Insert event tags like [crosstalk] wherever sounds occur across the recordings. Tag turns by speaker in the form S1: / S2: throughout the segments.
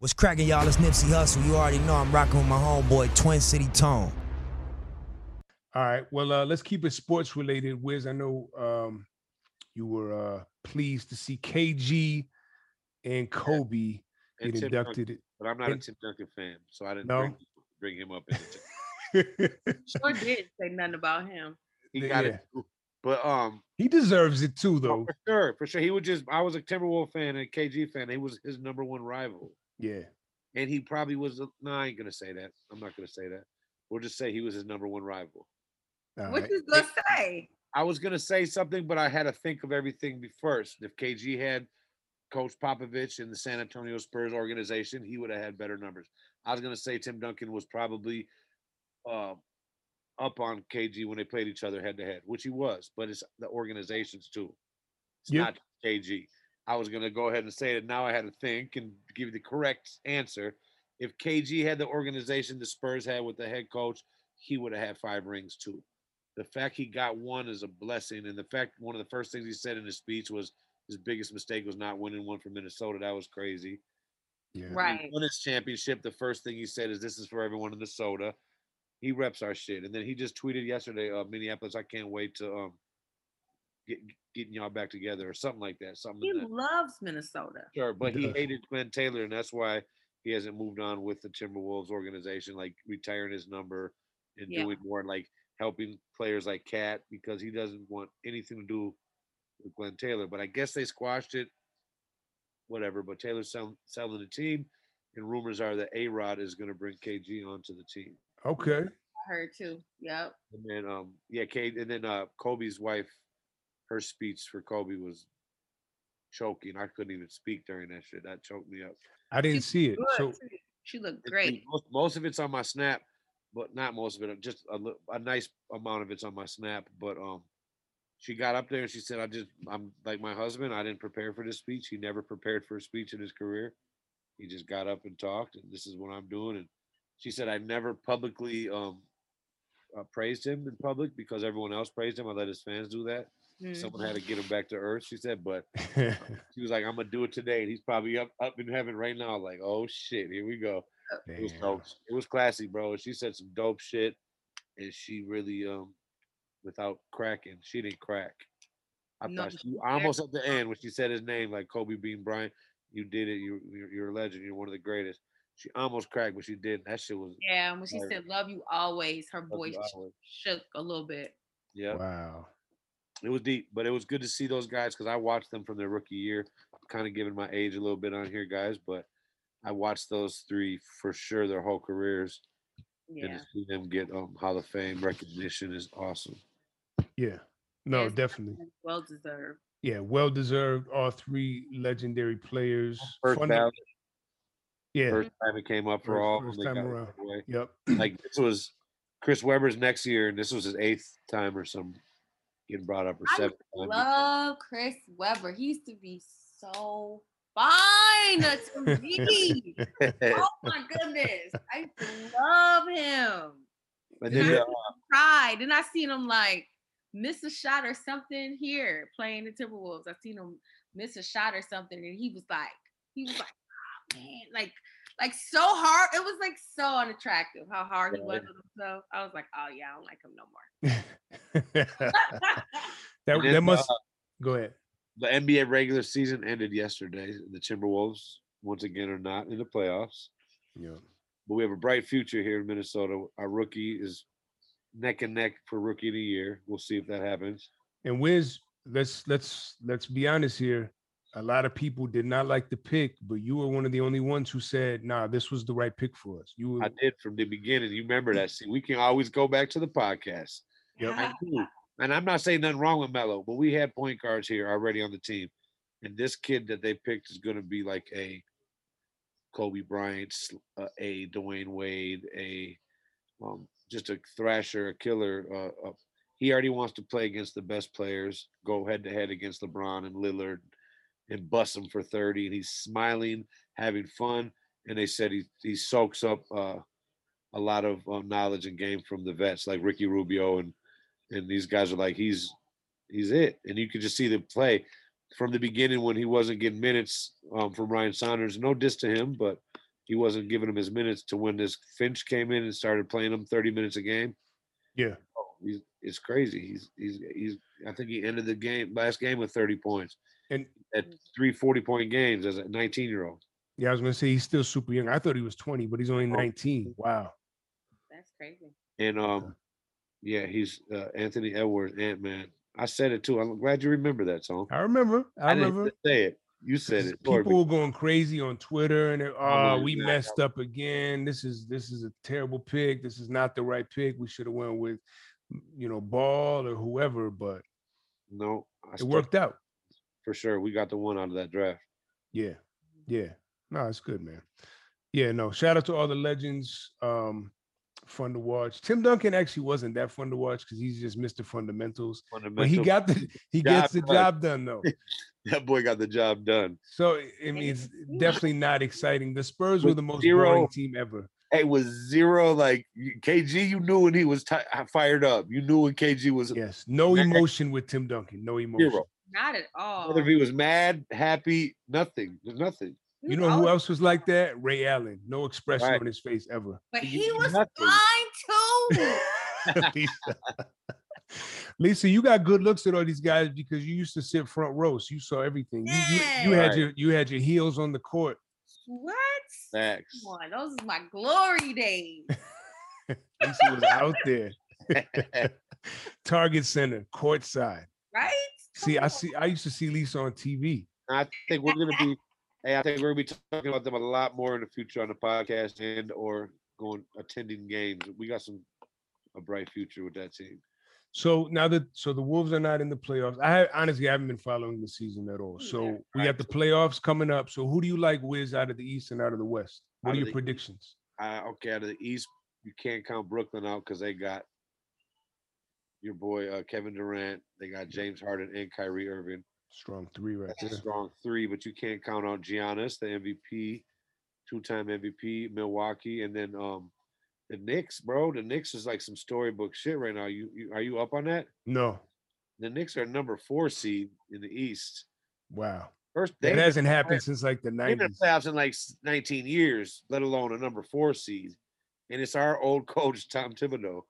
S1: What's cracking, y'all? It's Nipsey Hustle. You already know I'm rocking with my homeboy, Twin City Tone.
S2: All right. Well, uh, let's keep it sports related. Wiz, I know um, you were uh, pleased to see KG and Kobe
S3: And
S2: get
S3: Tim Duncan,
S2: inducted.
S3: but I'm not a
S2: and-
S3: Tim Duncan fan, so I didn't
S2: No?
S3: bring, bring him up. In the
S4: Sure did say nothing about him.
S3: he
S2: Yeah.
S3: got it, too. but um,
S2: [laughs] he deserves it too,
S3: no,
S2: though.
S3: for sure, for sure, he was just. I was a Timberwolf fan and a KG fan. He was his number one rival,
S2: Yeah.
S3: and he probably was. a- No, I ain't gonna say that. I'm not gonna say that. We'll just say he was his number one rival.
S2: All
S4: What
S2: right.
S4: you gonna say?
S3: I was gonna say something, but I had to think of everything be- first. If KG had Coach Popovich in the San Antonio Spurs organization, he would have had better numbers. I was gonna say Tim Duncan was probably uh, up on KG when they played each other head to head, which he was, but it's the organization's too. It's
S2: Yeah.
S3: not KG. I was gonna go ahead and say it. Now I had to think and give you the correct answer. If KG had the organization the Spurs had with the head coach, he would have had five rings too the fact he got one is a blessing. And the fact one of the first things he said in his speech was his biggest mistake was not winning one for Minnesota. That was crazy.
S2: Yeah.
S3: When he
S4: Right.
S3: Won his championship. The first thing he said is, "This is for everyone in the soda." He reps our shit, and then he just tweeted yesterday, uh, "Minneapolis, I can't wait to um get getting y'all back together or something like that." Something.
S4: He
S3: in that
S4: loves Minnesota.
S3: Sure, but he
S2: does.
S3: hated Glenn Taylor, and that's why he hasn't moved on with the Timberwolves organization, like retiring his number and
S4: Yeah.
S3: doing more like helping players like Cat because he doesn't want anything to do with Glenn Taylor. But I guess they squashed it, whatever. But Taylor's sell- selling the team, and rumors are that A Rod is going to bring KG onto the team.
S2: Okay.
S4: I heard too. Yep.
S3: And then, um, yeah, Kate, and then uh, Kobe's wife, her speech for Kobe was choking. I couldn't even speak during that shit. That choked me up.
S2: I didn't see it.
S4: Good.
S2: So
S4: too. she looked
S3: It's been-
S4: great.
S3: Most, most of it's on my snap, but not most of it. Just a, lit- a nice amount of it's on my snap. But um, she got up there and she said, "I just I'm like my husband. I didn't prepare for this speech. He never prepared for a speech in his career. He just got up and talked, and this is what I'm doing." And she said, "I never publicly um uh, praised him in public because everyone else praised him. I let his fans do that.
S4: mm-hmm.
S3: Someone had to get him back to earth." She said, "But
S2: [laughs]
S3: she was like, I'm gonna do it today." And he's probably up up in heaven right now, like, "Oh shit, here we go." It was
S2: Damn.
S3: dope. It was classy, bro. and She said some dope shit, and she really, um, without cracking, she didn't crack. I
S4: No,
S3: thought
S4: but
S3: she,
S4: she
S3: almost
S4: cracked.
S3: at the end when she said his name, like Kobe Bean Bryant, you did it. You, you're, you're a legend. You're one of the greatest. She almost cracked, but she didn't. That shit was.
S4: Yeah, when she
S3: Right.
S4: said "Love you always," her
S3: you
S4: voice sh-
S3: always.
S4: shook a little bit.
S3: Yeah,
S2: wow.
S3: it was deep, but it was good to see those guys because I watched them from their rookie year. I'm kind of giving my age a little bit on here, guys, but I watched those three for sure their whole careers. and
S4: Yeah,
S3: to see them get um Hall of Fame recognition is awesome.
S2: Yeah. No,
S4: Yes.
S2: definitely.
S4: well deserved.
S2: Yeah. Well deserved. All three legendary players.
S3: First
S2: Funda-
S3: ballot,
S2: yeah.
S3: first time it came up for
S2: First-
S3: all.
S2: first
S3: they
S2: time
S3: got it
S2: around.
S3: right away.
S2: Yep. [laughs]
S3: Like this was Chris Webber's next year, and this was his eighth time or some getting brought up or
S4: I
S3: seventh time. [laughs]
S4: Love Chris Webber. He used to be so fine to me.
S3: uh,
S4: oh my goodness, I used to love him.
S3: but
S2: Yeah.
S3: then the, uh,
S4: Pride, and I seen him like miss a shot or something here playing the Timberwolves. I seen him miss a shot or something, and he was like, he was like, oh, man, like. Like so hard, it was like so unattractive how hard he
S3: Right.
S4: was on himself. I was like, oh yeah, I don't like him no
S2: [laughs]
S4: more.
S2: that
S3: and then
S2: that
S3: the,
S2: must
S3: uh,
S2: go ahead.
S3: the NBA regular season ended yesterday. and The Timberwolves once again are not in the playoffs.
S2: Yeah.
S3: but we have a bright future here in Minnesota. Our rookie is neck and neck for rookie of the year. We'll see if that happens.
S2: And Wiz, let's let's let's be honest here. A lot of people did not like the pick, but you were one of the only ones who said, "Nah, this was the right pick for us." You were,
S3: I did from the beginning. You remember that. See, we can always go back to the podcast.
S2: Yep.
S3: I knew- And I'm not saying nothing wrong with Melo, but we had point guards here already on the team. And this kid that they picked is going to be like a Kobe Bryant, sl- uh, a Dwayne Wade, a um, just a thrasher, a killer. Uh, uh, he already wants to play against the best players, go head to head against LeBron and Lillard, and bust them for thirty. And he's smiling, having fun, and they said he he soaks up uh, a lot of um, knowledge and game from the vets like Ricky Rubio and and these guys are like he's he's it, and you could just see the play from the beginning when he wasn't getting minutes um, from Ryan Saunders. No diss to him, but he wasn't giving him his minutes to when this Finch came in and started playing him 30 minutes a game.
S2: Yeah.
S3: Oh, he's, it's crazy. He's he's he's. I think he ended the game last game with 30 points
S2: And-
S3: at three 40 point games as a 19 year old.
S2: Yeah, I was gonna say he's still super young. I thought he was 20, but he's only
S3: Oh.
S2: 19. Wow.
S4: [laughs] That's crazy.
S3: And um, yeah, he's uh, Anthony Edwards, Ant Man. I said it too. I'm glad you remember that song.
S2: I remember. I,
S3: didn't
S2: remember.
S3: say it. You said it. Sorry,
S2: People were going crazy on Twitter and they're, oh,
S3: no,
S2: we
S3: yeah, I
S2: messed up again. This is this is a terrible pick. This is not the right pick. We should have went with you know Ball or whoever, but
S3: No, I
S2: it
S3: stuck
S2: worked out.
S3: for sure. We got the one out of that draft.
S2: Yeah. Yeah. No, it's good, man. Yeah, no. Shout out to all the legends. Um, fun to watch. Tim Duncan actually wasn't that fun to watch because he's just Mr. Fundamentals. But he
S3: Fundamental-
S2: got the he
S3: Job
S2: gets the
S3: done.
S2: job done though.
S3: [laughs] that boy got the job done. [laughs]
S2: So I- I mean, it's definitely not exciting. The Spurs were
S3: With
S2: the most
S3: zero-
S2: boring team ever.
S3: Hey, was zero like you- KG? You knew when he was ti- uh, fired up. You knew when KG was
S2: Yes, no
S3: Next-
S2: emotion with Tim Duncan. No emotion.
S3: zero.
S4: Not at all.
S3: Whether he was mad, happy, nothing. There's nothing.
S4: He
S2: You
S4: was
S2: know who
S4: always-
S2: else was like that? Ray Allen. No expression
S3: Right.
S2: on his face ever.
S4: But
S3: You
S4: he
S3: do
S4: was
S3: nothing.
S4: fine
S2: [laughs]
S4: too.
S2: Lisa. Lisa, you got good looks at all these guys because you used to sit front row, so you saw everything. You, you, you
S4: Yeah.
S2: had
S3: Right.
S2: your you had your heels on the court.
S4: what?
S3: Facts.
S4: Come on, those is my glory days.
S2: Lisa was out there.
S3: [laughs]
S2: Target center, court side.
S4: Right?
S2: [laughs] See, I
S4: Come
S2: see. I used to see Lisa on TV.
S3: I think we're gonna be. Hey, I think we're gonna be talking about them a lot more in the future on the podcast and or going attending games. We got some a bright future with that team.
S2: So now that so the Wolves are not in the playoffs, I ha- honestly haven't been following the season at all.
S4: Me
S2: So
S4: neither.
S2: we have the playoffs coming up. So who do you like, Wiz, out of the East and out of the West? What are
S3: Out of
S2: your
S3: the East.
S2: predictions?
S3: I, okay, out of the East, you can't count Brooklyn out because they got your boy uh, Kevin Durant. They got James Harden and Kyrie Irving.
S2: Strong three right
S3: That's a
S2: there.
S3: strong three, but you can't count on Giannis, the MVP, two-time MVP, Milwaukee, and then um the Knicks, bro. The Knicks is like some storybook shit right now. You, you are you up on that?
S2: No,
S3: The Knicks are number four seed in the East.
S2: wow,
S3: First, they
S2: that
S3: have
S2: hasn't happened since like the
S3: been in the
S2: nineties.
S3: playoffs in like s- 19 years, let alone a number four seed. And it's our old [laughs] coach Tom Thibodeau,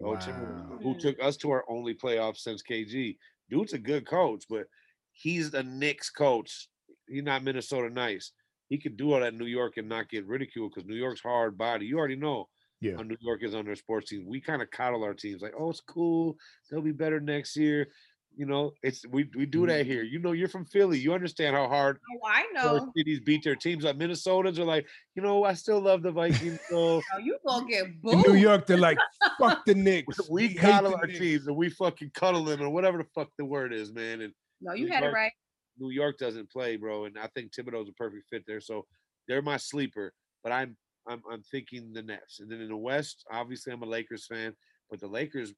S3: Old Timberwolves,
S2: Wow.
S3: who took us to our only playoff since KG. Dude's a good coach, but he's the Knicks coach. He's not Minnesota nice. He could do all that in New York and not get ridiculed because New York's hard body. You already know
S2: Yeah.
S3: how New York is on their sports team. We kind of coddle our teams like, oh, it's cool. They'll be better next year. You know, it's we we do
S2: Mhm.
S3: that here. You know, you're from Philly. You understand how hard
S4: on. Oh, I
S3: other
S4: know.
S3: cities beat their teams. Like Minnesotans are like, you know, I still love the Vikings.
S2: [laughs]
S3: [laughs] So
S4: Now you gonna get
S2: In
S4: booed.
S2: New York, they're like, "Fuck the Knicks."
S3: [laughs] we
S2: hate
S3: coddle
S2: the
S3: our
S2: Knicks."
S3: teams and we fucking cuddle them or whatever the fuck the word is, man. And
S4: no, you
S3: New
S4: had it
S3: York.
S4: right.
S3: New York doesn't play, bro. And I think Thibodeau's a perfect fit there. So they're my sleeper. But I'm I'm I'm thinking the Nets. And then in the West, obviously I'm a Lakers fan, but the Lakers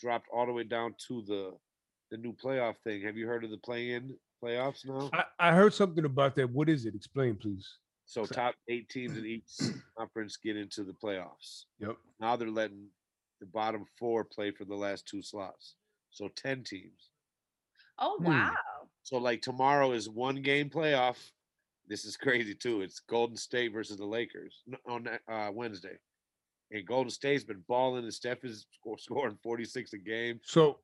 S3: dropped all the way down to the the new playoff thing. Have you heard of the play in playoffs now?
S2: I, I heard something about that. What is it? Explain, please.
S3: So
S2: So-
S3: top eight teams in
S2: [clears throat]
S3: each conference get into the playoffs.
S2: Yep.
S3: Now they're letting the bottom four play for the last two slots. So ten teams.
S4: Oh
S2: Hmm.
S4: wow.
S3: So like tomorrow is one game playoff. This is [laughs] crazy too. It's Golden State versus the Lakers n- on that, uh, Wednesday, and Golden State's been balling. And Steph is [laughs] sco- scoring forty six a game.
S2: So,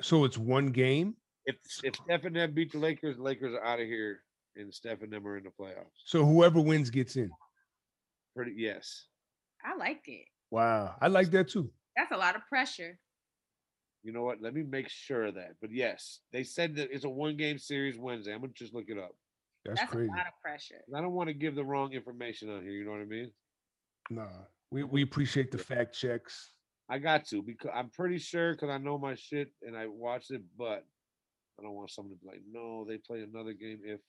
S2: so it's one game.
S3: If if Steph and them beat the Lakers, the Lakers are out of here, and Steph and them are in the playoffs.
S2: So whoever wins gets in.
S3: Pretty yes,
S4: I like it.
S2: Wow, I like that too.
S4: That's a lot of pressure.
S3: you know what? Let me make sure of that. But yes, they said that it's a one game series Wednesday. I'm gonna just look it up.
S2: That's,
S4: That's,
S2: crazy.
S4: a lot of pressure.
S3: 'Cause I don't want to give the wrong information on here. You know what I mean?
S2: Nah, we we appreciate the fact checks.
S3: I got to because I'm pretty sure because I know my shit and I watched it, but I don't want someone to be like, no, they play another game if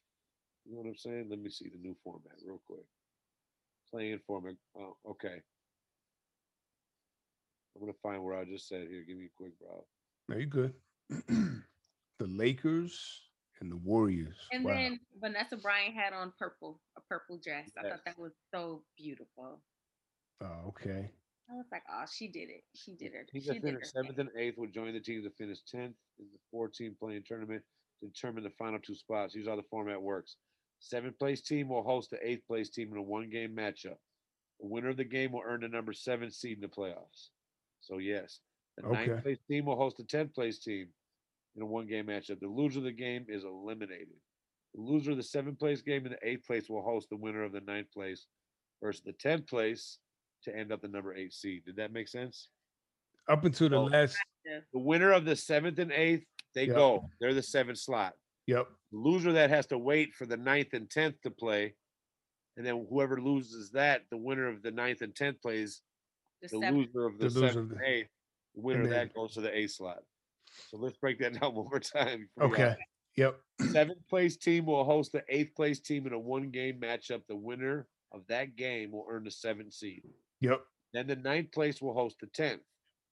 S3: you know what I'm saying. Let me see the new format real quick. Playing format. Oh, okay. I'm gonna find where I just said here. Give me a quick brow.
S2: No, you good. [clears throat] the Lakers and the Warriors.
S4: And
S2: wow.
S4: then Vanessa Bryant had on purple, a purple dress. I
S3: Yes.
S4: thought that was so beautiful.
S2: oh, okay.
S4: I was like, oh, she did it. She did it.
S3: Teams
S4: She
S3: that
S4: did her
S3: finish
S4: thing.
S3: seventh and eighth will join the teams that finish tenth in the 14 playing tournament to determine the final two spots. Here's how the format works. Seventh place team will host the eighth place team in a one game matchup. The winner of the game will earn the number seven seed in the playoffs. So yes, the
S2: Okay.
S3: ninth place team will host the tenth place team in a one game matchup. The loser of the game is eliminated. The loser of the seventh place game and the eighth place will host the winner of the ninth place versus the tenth place to end up the number eight seed. Did that make sense?
S2: Up until the
S3: Oh.
S2: last.
S3: The winner of the seventh and eighth, they
S2: Yeah.
S3: go. They're the seventh slot.
S2: Yep.
S3: The loser that has to wait for the ninth and tenth to play, and then whoever loses that, the winner of the ninth and tenth plays.
S4: The
S3: The
S4: seventh.
S3: loser of
S2: The
S3: the
S2: loser of
S3: seventh
S2: the-
S3: and eighth, the winner of
S2: then-
S3: that goes to the A slot. So let's break that [laughs] down one more time. before we
S2: Okay.
S3: out.
S2: Yep.
S3: Seventh place team will host the eighth place team in a one game matchup. The winner of that game will earn the seventh seed.
S2: Yep.
S3: Then the ninth place will host the tenth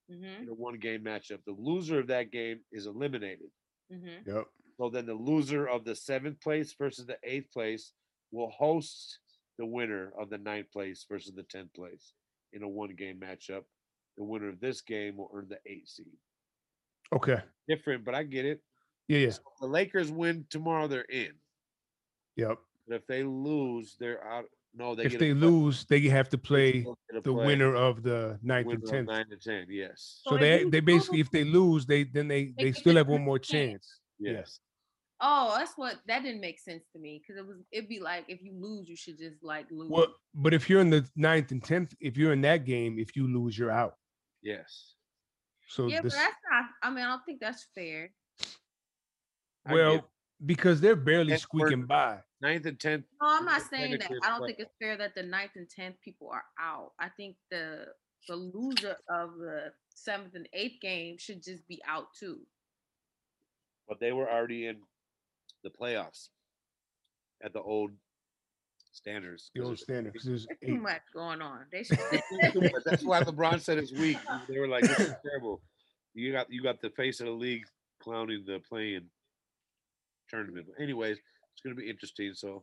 S4: Mm-hmm,
S3: in a one game matchup. The loser of that game is eliminated.
S4: mm-hmm,
S2: Yep.
S3: So then the loser of the seventh place versus the eighth place will host the winner of the ninth place versus the tenth place in a one game matchup. The winner of this game will earn the eight seed.
S2: Okay.
S3: Different, but I get it.
S2: Yeah. Yeah.
S3: So if the Lakers win tomorrow, they're in.
S2: Yep.
S3: But if they lose, they're out. No, they
S2: if
S3: get
S2: they
S3: a play-
S2: lose, they have to
S3: they
S2: play
S3: still get a
S2: the
S3: play.
S2: winner of the ninth
S3: Winner
S2: and
S3: of
S2: tenth.
S3: nine to ten. Yes,
S4: So
S2: So
S4: if
S2: they
S4: you
S2: they basically
S4: lose-
S2: if they lose, they then they
S4: They
S2: they
S4: get
S2: still
S4: the
S2: have one more
S4: chance.
S2: chance. Yeah.
S3: yes.
S4: Oh, that's what that didn't make sense to me because it was it'd be like if you lose, you should just like lose.
S2: Well, but if you're in the ninth and tenth, if you're in that game, if you lose, you're out.
S3: yes.
S2: So
S4: yeah,
S2: this,
S4: but that's not. I mean, I don't think that's fair.
S3: I get
S2: well,
S3: it.
S2: because they're barely
S3: That's worth
S2: squeaking
S3: it.
S2: by.
S3: ninth and tenth.
S4: No, I'm not
S3: It's
S4: saying that.
S3: negative,
S4: I don't
S3: but-
S4: think it's fair that the ninth and tenth people are out. I think the the loser of the seventh and eighth game should just be out too.
S3: but they were already in the playoffs at the old standards.
S2: The
S3: 'cause
S2: old
S3: it's-
S2: standard. 'cause there's
S4: Too
S2: eight.
S4: much going on.
S2: [laughs]
S4: They should. [laughs]
S3: it's too much. [laughs] That's why LeBron said it's weak. They were like, "This
S2: [laughs]
S3: is terrible." You got you got the face of the league clowning the playing tournament. But anyways, it's going to be interesting. So uh,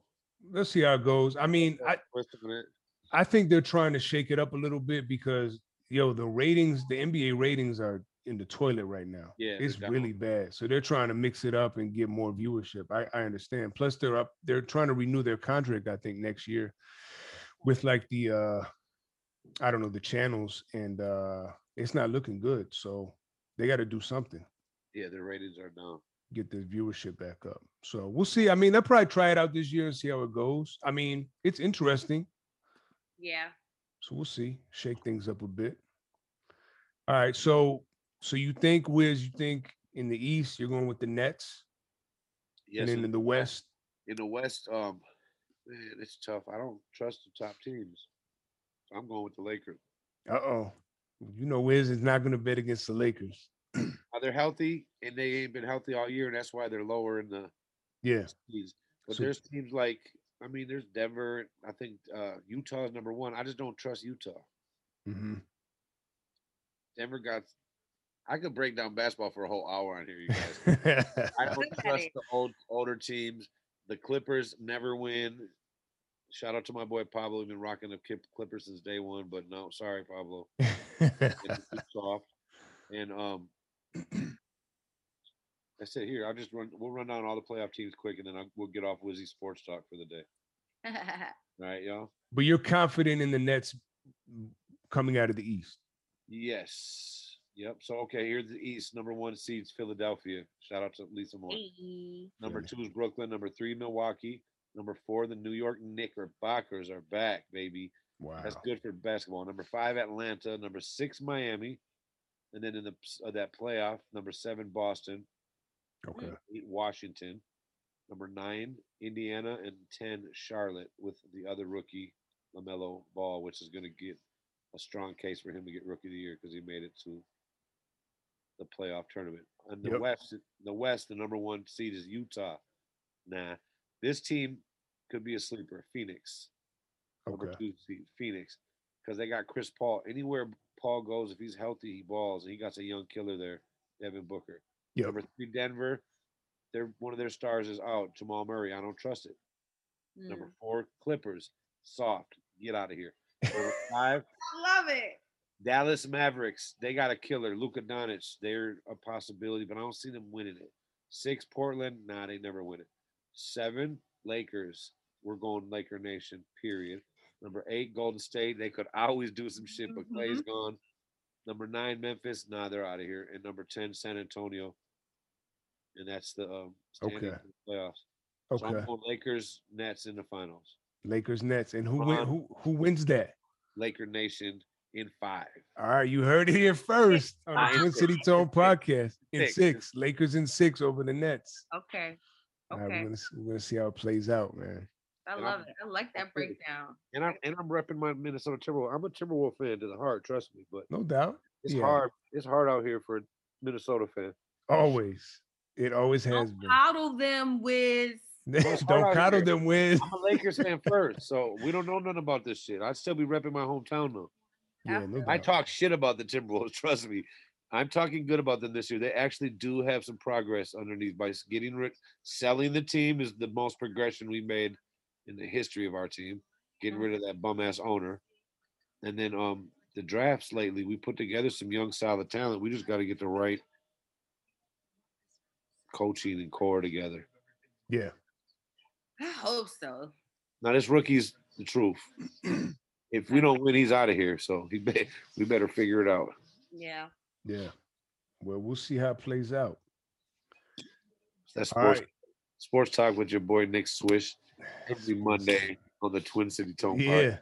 S2: Let's see how it goes. I mean, I
S3: what's the minute?
S2: I think they're trying to shake it up a little bit because yo the ratings, the NBA ratings are in the toilet right now.
S3: Yeah, they're
S2: it's
S3: down.
S2: really bad. So they're trying to mix it up and get more viewership. I, I understand. Plus they're up. They're trying to renew their contract. I think next year with like the uh I don't know the channels and uh it's not looking good. So they got to do something
S3: yeah, their ratings are down.
S2: get the viewership back up. So we'll see. I mean, they'll probably try it out this year and see how it goes. I mean, it's interesting.
S4: yeah. [laughs]
S2: So we'll see. Shake things up a bit. All right. So so you think Wiz, you think in the East, you're going with the Nets?
S3: Yes,
S2: and then in the West,
S3: in the West, um, man, it's tough. I don't trust the top teams. I'm going with the Lakers.
S2: uh oh. You know Wiz is not gonna bet against the Lakers.
S3: Now, uh, they're healthy, and they ain't been healthy all year, and that's why they're lower in the
S2: Yeah.
S3: teams. But
S2: So-
S3: there's teams like I mean, there's Denver. I think uh, Utah is number one. I just don't trust Utah.
S2: [laughs] Mm-hmm.
S3: Denver got. I could break down basketball for a whole hour on here,
S2: [laughs]
S3: you guys. I don't
S4: Look at
S3: trust
S4: it.
S3: the old older teams. The Clippers never win. Shout out to my boy Pablo. He's been rocking the Clip- Clippers since day one, but no, sorry, Pablo. It's too soft. And um, I said here, I'll just run. We'll run down all the playoff teams quick, and then I'll, we'll get off Wizzy Sports Talk for the day.
S4: Eh,
S3: All right, y'all.
S2: [laughs] but you're confident in the Nets coming out of the East.
S3: Yes. Yep. So okay, here's the East. Number one seeds Philadelphia. Shout out to Lisa Moore.
S4: Hey.
S3: Number two is Brooklyn. Number three, Milwaukee. Number four, the New York Knickerbockers are back, baby.
S2: Wow.
S3: That's good for basketball. Number five, Atlanta. Number six, Miami. And then in the ps- uh, that playoff, number seven, Boston.
S2: Okay.
S3: Eight, Washington. Number nine, Indiana, and ten, Charlotte, with the other rookie, Lamelo Ball, which is going to get a strong case for him to get Rookie of the Year because he made it to the playoff tournament. And the
S2: Yep.
S3: West, the West, the number one seed is Utah. Nah, this team could be a sleeper. Phoenix, number
S2: Okay.
S3: two seed, Phoenix, because they got Chris Paul. Anywhere Paul goes, if he's healthy, he balls, and he got a young killer there, Devin Booker.
S2: Yep.
S3: Number three, Denver. They're one of their stars is out. Jamal Murray. I don't trust it. Number
S4: Mm.
S3: four, Clippers. Soft. Get out of here. Number five,
S4: I love it.
S3: Dallas Mavericks. They got a killer. Luka Doncic. They're a possibility, but I don't see them winning it. Six, Portland. Nah, they never win it. Seven, Lakers. We're going Laker Nation, period. Number eight, Golden State. They could [laughs] always do some shit, but Clay's gone. Number nine, Memphis. Nah, they're out of here. And number ten, San Antonio. And that's the um, standing
S2: Okay.
S3: for the playoffs. So
S2: Okay.
S3: I'm going Lakers, Nets in the finals.
S2: Lakers Nets. And who win,
S3: Bron-
S2: who who wins that?
S3: Laker Nation in five.
S2: All right, you heard it here first on
S4: Five.
S2: the Twin
S3: [laughs]
S2: City
S3: Six.
S2: Tone podcast. In
S3: Six.
S2: six. Lakers in six over the Nets.
S4: Okay.
S2: All right, we're
S4: Okay.
S2: gonna, s- we're gonna see how it plays out, man.
S4: I
S3: I'm-
S4: love it. I like
S3: I'm
S4: that
S3: pretty-
S4: breakdown.
S3: And I'm and I'm repping my Minnesota Timberwolves. I'm a Timberwolf fan to the heart, trust me. But
S2: No doubt.
S3: it's
S2: Yeah.
S3: hard. It's hard out here for a Minnesota fan.
S2: Always. It always has
S4: Don't
S2: been.
S4: coddle them with
S2: [laughs]
S3: it's hard
S2: Don't
S3: out
S2: coddle
S3: here.
S2: them, Wiz.
S3: I'm a Lakers fan first, so we don't know nothing about this shit. I'd still be repping my hometown though.
S2: Yeah, no
S3: I
S2: doubt.
S3: talk shit about the Timberwolves. [laughs] Trust me, I'm talking good about them this year. They actually do have some progress underneath by s- getting rid, selling the team is the most progression we made in the history of our team. Getting rid of that bum ass owner, and then um the drafts lately we put together some young solid talent. We just got to get the right coaching and core together.
S2: Yeah.
S4: I hope so.
S3: Now this rookie's the truth. if we don't win, he's out of here. So he be- we better figure it out.
S4: Yeah.
S2: Yeah. Well, we'll see how it plays out.
S3: That's
S2: All
S3: sports
S2: right.
S3: sports talk with your boy Nick Swish every Monday on the Twin City Tone. Podcast.
S2: Yeah.